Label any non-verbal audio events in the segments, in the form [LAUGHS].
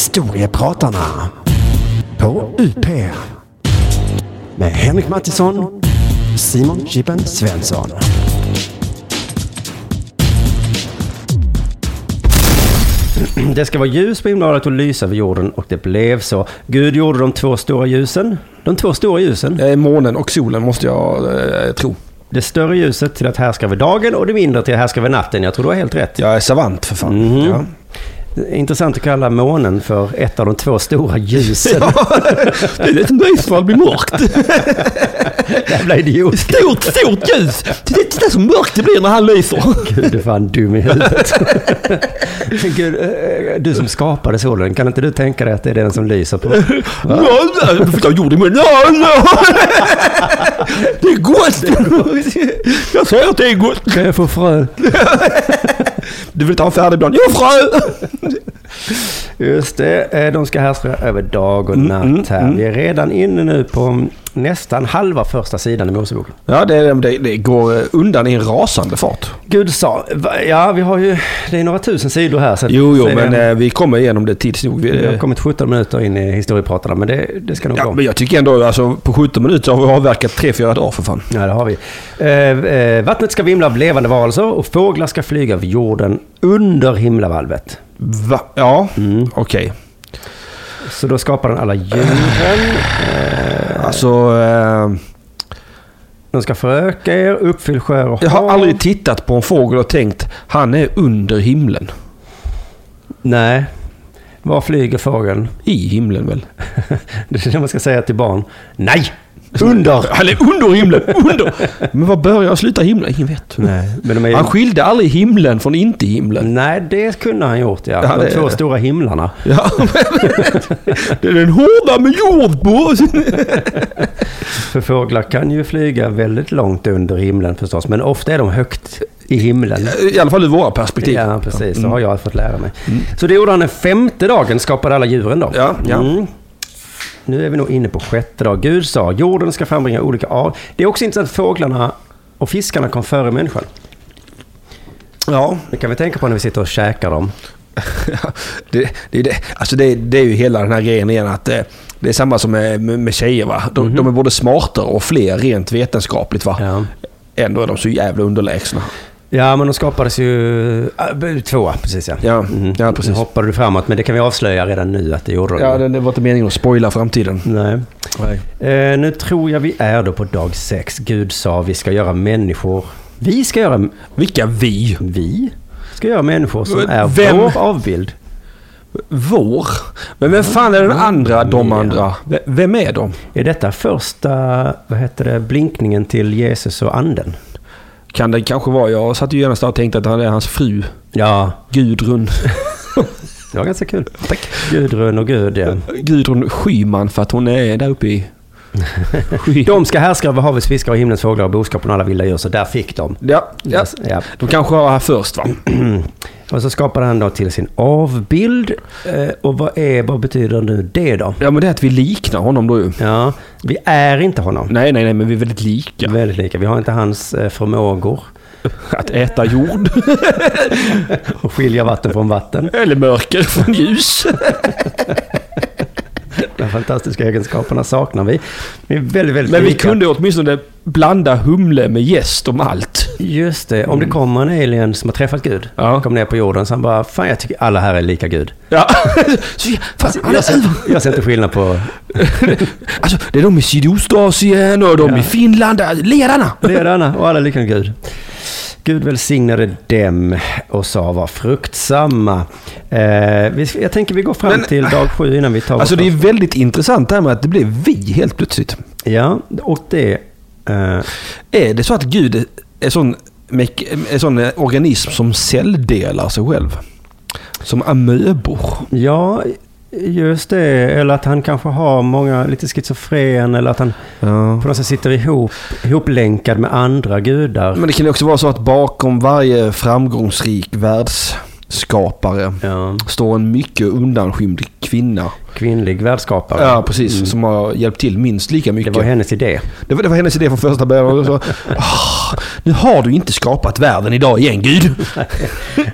Historiepratarna på UP. Med Henrik Mattisson, Simon Chippen Svensson. Det ska vara ljus på himlalet och lysa över jorden och det blev så. Gud gjorde de två stora ljusen. De två stora ljusen. Eh, Månen och solen måste jag eh, tro. Det större ljuset till att härska över dagen och det mindre till att härska över natten. Jag tror du har helt rätt. Jag är savant för fan. Mhm. Ja. Det är Intressant att kalla månen för ett av de två stora [LAUGHS] ljusen. Det är lite nice för att blir mörkt. Jävla idiot. Stort, stort ljus. Titta, titta så mörkt det blir när han lyser. Gud, du är fan dum i [LAUGHS] huvudet. Gud, eh, du som skapade solen, kan inte du tänka dig att det är den som lyser på? Ja, ja, Fick jag jord i munnen? Ja, ja. Det är gott! Jag säger att det är gott. Kan jag få frö? Du vill ta en färdigblad? Ja, frö! Just det, eh, de ska härska över dag och natt här. Vi är redan inne nu på nästan halva första sidan i Moseboken. Ja, det, det, det går eh, undan i en rasande fart. Gud sa, va- ja vi har ju, det är några tusen sidor här. Så Jo, jo, så är det men en- eh, vi kommer igenom det tids nog. Vi, Vi har eh, kommit 17 minuter in i historiepratarna, men det, det ska nog ja, gå. men jag tycker ändå, alltså, på 17 minuter har vi avverkat 3-4 dagar för fan. Ja, det har vi. Eh, eh, vattnet ska vimla av levande varelser och fåglar ska flyga över jorden under himlavalvet. Mm. Va? Ja, okej. Så då skapar den alla djuren. Alltså, eh, De ska föröka er, uppfyll skär och jag har hav. aldrig tittat på en fågel och tänkt, han är under himlen. Nej. Var flyger fågeln? I himlen väl? Det är det man ska säga till barn. Nej! Under! Han är under himlen! [LAUGHS] Under! Men var börjar och slutar himlen? Ingen vet. Nej, men de är Han skilde aldrig himlen från inte himlen. Nej, det kunde han gjort ja. Ja, De det- två stora himlarna. Ja, [LAUGHS] men, det är den hårda med jord på. För fåglar kan ju flyga väldigt långt under himlen förstås, men ofta är de högt i himlen. I alla fall ur våra perspektiv. Ja, precis. Så har jag fått lära mig. Så det gjorde han den femte dagen, skapade alla djuren då. Mm. Ja, ja. Mm. Nu är vi nog inne på sjätte dag. Gud sa, jorden ska frambringa olika arter. Det är också intressant att fåglarna och fiskarna kom före människan. Ja, Det kan vi tänka på när vi sitter och käkar dem. [LAUGHS] det, det, är det. Alltså det, det är ju hela den här grejen igen att eh, det är samma som med, med, med tjejer va. De, de är både smartare och fler rent vetenskapligt va. Ja. Ändå är de så jävla underlägsna. Ja, men de skapades ju... ah, b- Tvåa, precis ja. Mhm. Ja, ja, precis. Nu hoppade du framåt, men det kan vi avslöja redan nu att det gjorde de. Ja, det, det var inte meningen att spoila framtiden. Nej. Nej. Eh, nu tror jag vi är då på dag sex. Gud sa vi ska göra människor... Vi ska göra... Vilka vi? Vi ska göra människor som är Vem? vår avbild. Vår? Men vem fan är den andra, de Ja. andra? V- Vem är de? Är detta första, vad heter det, blinkningen till Jesus och anden? Kan det kanske vara, jag satt ju genast där och tänkte att han är hans fru. Ja, Gudrun. [LAUGHS] det var ganska kul. Tack. Gudrun och Gud, ja. Gudrun Schyman för att hon är där uppe i... Sky- De ska härska över havets fiskar och himlens fåglar och boskapen och alla vilda djur, så där fick de. Ja, ja. Ja. De kanske var här först va? [CLEARS THROAT] Och så skapade han då till sin avbild. Eh, Och vad, är, vad betyder nu det då? Ja men det är att vi liknar honom då ju. Ja, vi är inte honom. Nej, nej, nej, men vi är väldigt lika. Väldigt lika. Vi har inte hans eh, förmågor Att äta jord. [LAUGHS] att skilja vatten från vatten. Eller mörker från ljus. De fantastiska egenskaperna saknar vi. Vi är väldigt, väldigt Men vi lika. kunde åtminstone blanda humle med gäst om allt. Just det, om det kommer en alien som har träffat Gud, Mm. Ja. kom ner på jorden, så han bara, fan jag tycker alla här är lika Gud. Ja. [LAUGHS] Alltså, Så, vi- fan, alla, Jag ser, jag ser inte skillnad på alltså, det är de i Sydostasien och de Ja. i Finland. Ledarna! ledarna och alla är lika Gud. Gud välsignade dem och sa var fruktsamma. Eh, vi, jag tänker vi går fram Men- till dag sju innan vi tar Alltså vårt det är väldigt intressant det här med att det blev vi helt plötsligt. Ja, och det... Eh, Är det så att Gud är sån, mek- är sån organism som celldelar sig själv? Som amöbor? ja, just det. Eller att han kanske har många, lite schizofren, eller att han Ja. på något sätt sitter ihop, ihoplänkad med andra gudar. Men det kan ju också vara så att bakom varje framgångsrik världsskapare Ja, står en mycket undanskymd kvinna. kvinnlig världsskapare. Ja, Mm. precis. Som har hjälpt till minst lika Det mycket. var hennes idé. det var, det var hennes idé från första början. Och så, "Ah, nu har du inte skapat världen idag igen, Gud.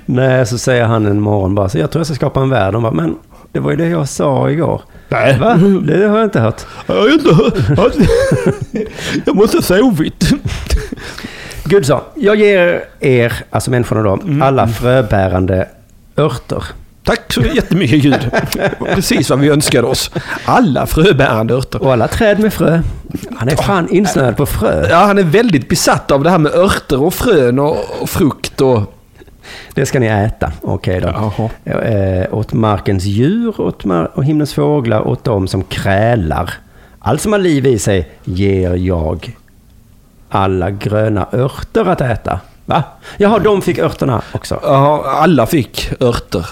Nej, så säger han en morgon bara så jag tror jag ska skapa en värld. De bara, men Det var ju det jag sa igår. Nej. [LAUGHS] Va? Mm. Det har jag inte hört. Jag har inte hört. Jag måste ha sovit. Gudsson, jag ger er, alltså människorna då, Mm. alla fröbärande örter. Tack så jättemycket Gud. Precis vad vi önskade oss. Alla fröbärande örter. Och alla träd med frö. Han är fan insnöad på frö. Ja, han är väldigt besatt av det här med örter och frön och, och frukt och... Det ska ni äta. Okej då. Jaha. Eh, åt markens djur, åt mar- och himlens fåglar, åt dem som krälar. Allt som har liv i sig ger jag alla gröna örter att äta. Va? Jaha, de fick örterna också. Ja, alla fick örter.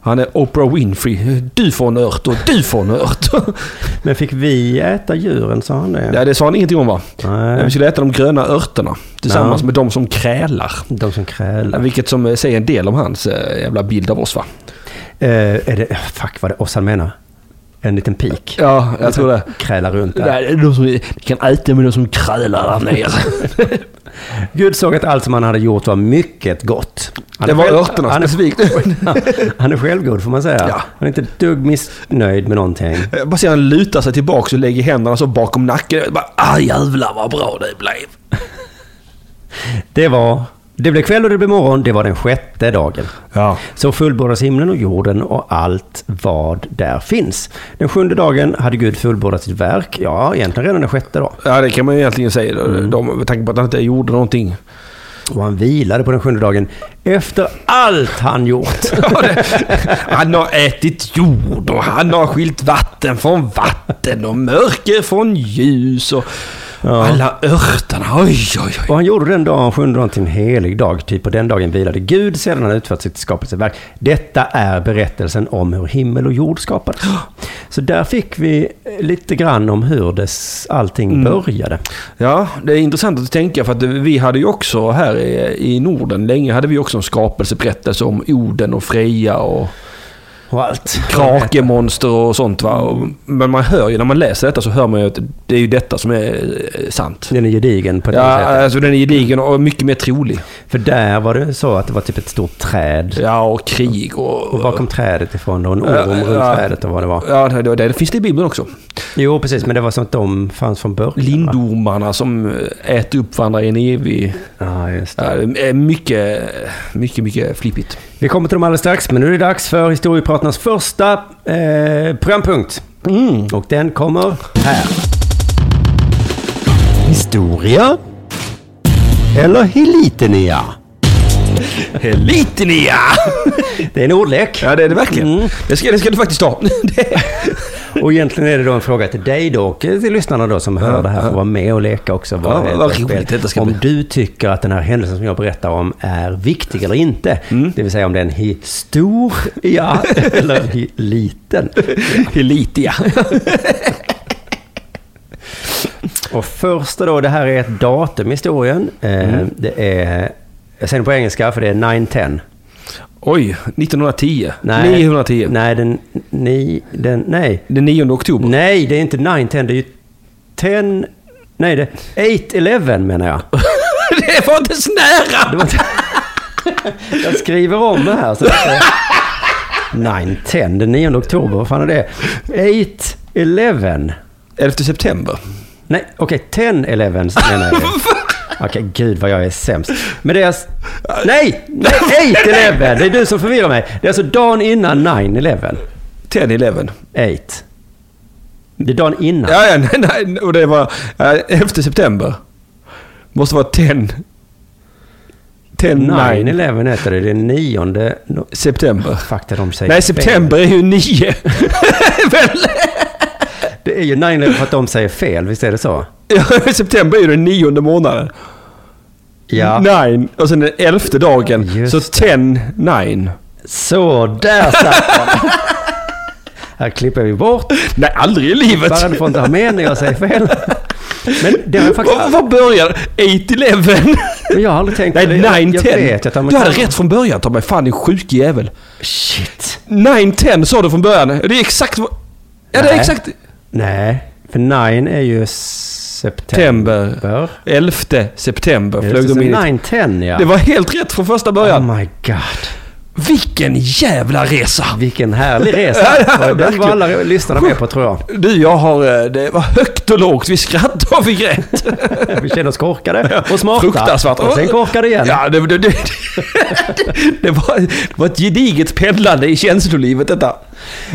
Han är Oprah Winfrey. Du får en ört och du får en ört. Men fick vi äta djuren, sa han det? Ja, det sa han ingenting om va? Nej. Vi skulle äta de gröna örterna tillsammans Ja. med de som krälar. De som krälar. Vilket som eh, säger en del om hans eh, jävla bild av oss va? Eh, är det, fuck vad det Ossan menar. En liten pik. Ja, jag tror det. Krälar runt där. Nej, det är de som vi kan äta med de som krälar där nere. [LAUGHS] Gud såg att allt som han hade gjort var mycket gott. Han Det är var själv- örterna han är, [LAUGHS] specifikt. han är självgod får man säga. Ja. Han är inte ett dugg missnöjd med någonting. Jag bara ser han lutar sig tillbaka och lägger händerna så bakom nacken. Jag bara, ah jävlar vad bra det blev. Det var... Det blev kväll och det blev morgon. Det var den sjätte dagen. Ja. Så fullbordas himlen och jorden och allt vad där finns. Den sjunde dagen hade Gud fullbordat sitt verk. Ja, egentligen redan den sjätte då. Ja, det kan man ju egentligen säga. De- De, med tanke på att han inte gjorde någonting. Och han vilade på den sjunde dagen efter allt han gjort. Ja, det, han har ätit jord och han har skilt vatten från vatten och mörker från ljus och alla örterna. Oj, oj, oj. Och han gjorde den dagen, sjunde dagen, till en helig dag. Typ på den dagen vilade Gud sedan han utfört sitt skapelseverk. Detta är berättelsen om hur himmel och jord skapades. Så där fick vi eh, lite grann om hur det, s- allting började. Ja, det är intressant att tänka för att vi hade ju också här i, i Norden länge hade vi också en skapelseberättelse om Oden och Freja och Och allt. krakemonster och sånt va. Och, men man hör ju, när man läser detta så hör man ju att det är ju detta som är eh, sant. Den är gedigen på ett Ja, ja, eh. sätt. alltså den är gedigen och mycket mer trolig. För där var det så att det var typ ett stort träd. Ja, och krig och... Och var kom trädet ifrån? Och en Ja, orm runt ja. trädet och vad det var. Ja, det, var det. det finns det i Bibeln också. Jo, precis. Men det var som att de fanns från början. va? Lindormarna som eh, äter upp varandra i en evig... Ja, just det. Ja, det är mycket, mycket, mycket flippigt. Vi kommer till dem alldeles strax, men nu är det dags för Historiepratarnas första eh, programpunkt. Och den kommer här. Historia? Eller Helitenia? Helitenia! Det är en ordlek. Ja, det är det verkligen. Mm. Det, ska, det ska du faktiskt ta. [LAUGHS] Det- Och egentligen är det då en fråga till dig då, och till lyssnarna då som hör det här får vara med och leka också. Ja, det är vad för spel. roligt detta ska om bli. du tycker att den här händelsen som jag berättar om är viktig eller inte. Mm. Det vill säga om den är hi- stor, ja, [LAUGHS] eller hi- [LAUGHS] liten. Helitia. [LAUGHS] Och första då, det här är ett datum i historien. Eh, Mm. Det är, jag säger det på engelska för det är 910. Oj, 1910. 910. Nej. Nej, den, ni, den, nej. Den 9 oktober. Nej, det är inte 910, det är ju 10... Nej, det är 811 menar jag. [LAUGHS] Det var inte så nära! Det var [LAUGHS] inte, jag skriver om det här. Så det är 910, den 9 oktober, vad fan är det? 811. 11 september. Nej, okej, 1011 menar jag. Okej, gud vad jag är sämst. Men det är... alltså- Nej! Nej, 811! Det är du som förvirrar mig. Det är alltså dagen innan 911. 10-11. 8. Det är dagen innan. Ja, ja, nej, nej, och det var eh, 11 september. Måste vara 10... 10 9 9-11 heter det. Det är nionde... No, september. fakta de säger Nej, fel. september är [LAUGHS] ju 9. Väl? Det är ju 9-11 för att de säger fel, visst är det så? Ja, september är ju den nionde månaden. Ja. Nine. Och sen den elfte dagen. Just så 10 nine. Så, där satt den! [LAUGHS] Här klipper vi bort. Nej, aldrig i livet. Bara du får inte ha med när jag säger fel. Men det har jag faktiskt... Var, var börjar 8-11? Men jag har aldrig tänkt Nej, på det. Jag- jag 9-10. vet att Du amerikaner- hade rätt från början, ta mig fan din sjuke jävel. Shit. 9-10 sa du från början. Det är exakt vad... Ja, det är Nej. exakt... Nej, för 9 är ju september. September. 11 september Just flög det, de in. i- 9-10 ja. Det var helt rätt från första början. Oh my god. Vilken jävla resa! Vilken härlig [LAUGHS] resa! Den var alla lyssnarna med på tror [LAUGHS] jag. Du, jag har... eh, Det var högt och lågt. Vi skrattade och [LAUGHS] vi grät. Vi kände oss korkade och smarta. Fruktansvärt. Och sen korkade igen. Ja, det, det, det, [LAUGHS] det, var, det var ett gediget pendlande i känslolivet detta.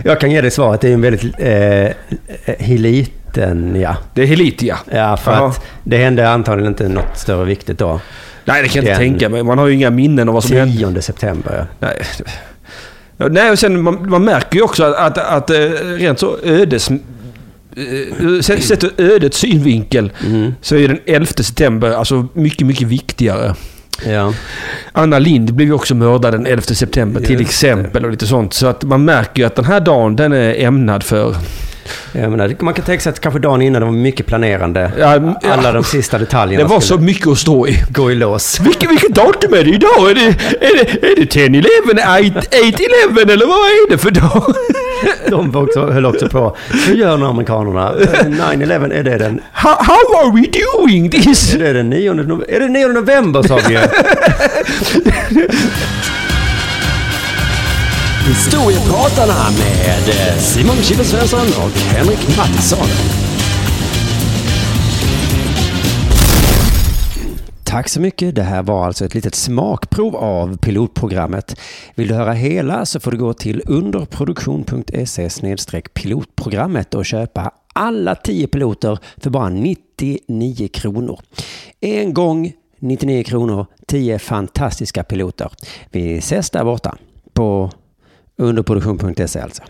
Jag kan ge dig svaret. Det är en väldigt eh, heliten, ja. Det är Helitia. Ja, för Jaha. att det hände antagligen inte något större viktigt då. Nej, det kan jag inte Den- tänka mig. Man har ju inga minnen av vad som hände. 10 september, ja. Nej. Ja, Nej, och sen man, man märker ju också att, att, att eh, rent så ödes... eh, Sett sett ur ödets synvinkel Mm. så är den 11 september alltså mycket, mycket viktigare. ja. Anna Lind blev ju också mördad den 11 september till exempel och lite sånt. Så att man märker ju att den här dagen den är ämnad för... Jag menar, man kan tänka sig att kanske dagen innan det var mycket planerande. Ja, m- Alla ja. de sista detaljerna Det var så skulle mycket att stå i. gå i lås. [LAUGHS] Vilket, vilket datum är det idag? Är det, är det, är det 10-11? 8-11 eller vad är det för dag? [LAUGHS] De var också, höll också på. Hur gör nu amerikanerna? [LAUGHS] Eh, 9-11, är det den, How, how are we doing this? är det den 9 november? Är det 9 november sa vi ju? Historiepratarna eh, med Simon Chippe Svensson och Henrik Mattisson. Tack så mycket. Det här var alltså ett litet smakprov av pilotprogrammet. Vill du höra hela så får du gå till underproduktion.se pilotprogrammet och köpa alla 10 piloter för bara 99 kronor. En gång 99 kronor, 10 fantastiska piloter. Vi ses där borta på underproduktion.se alltså.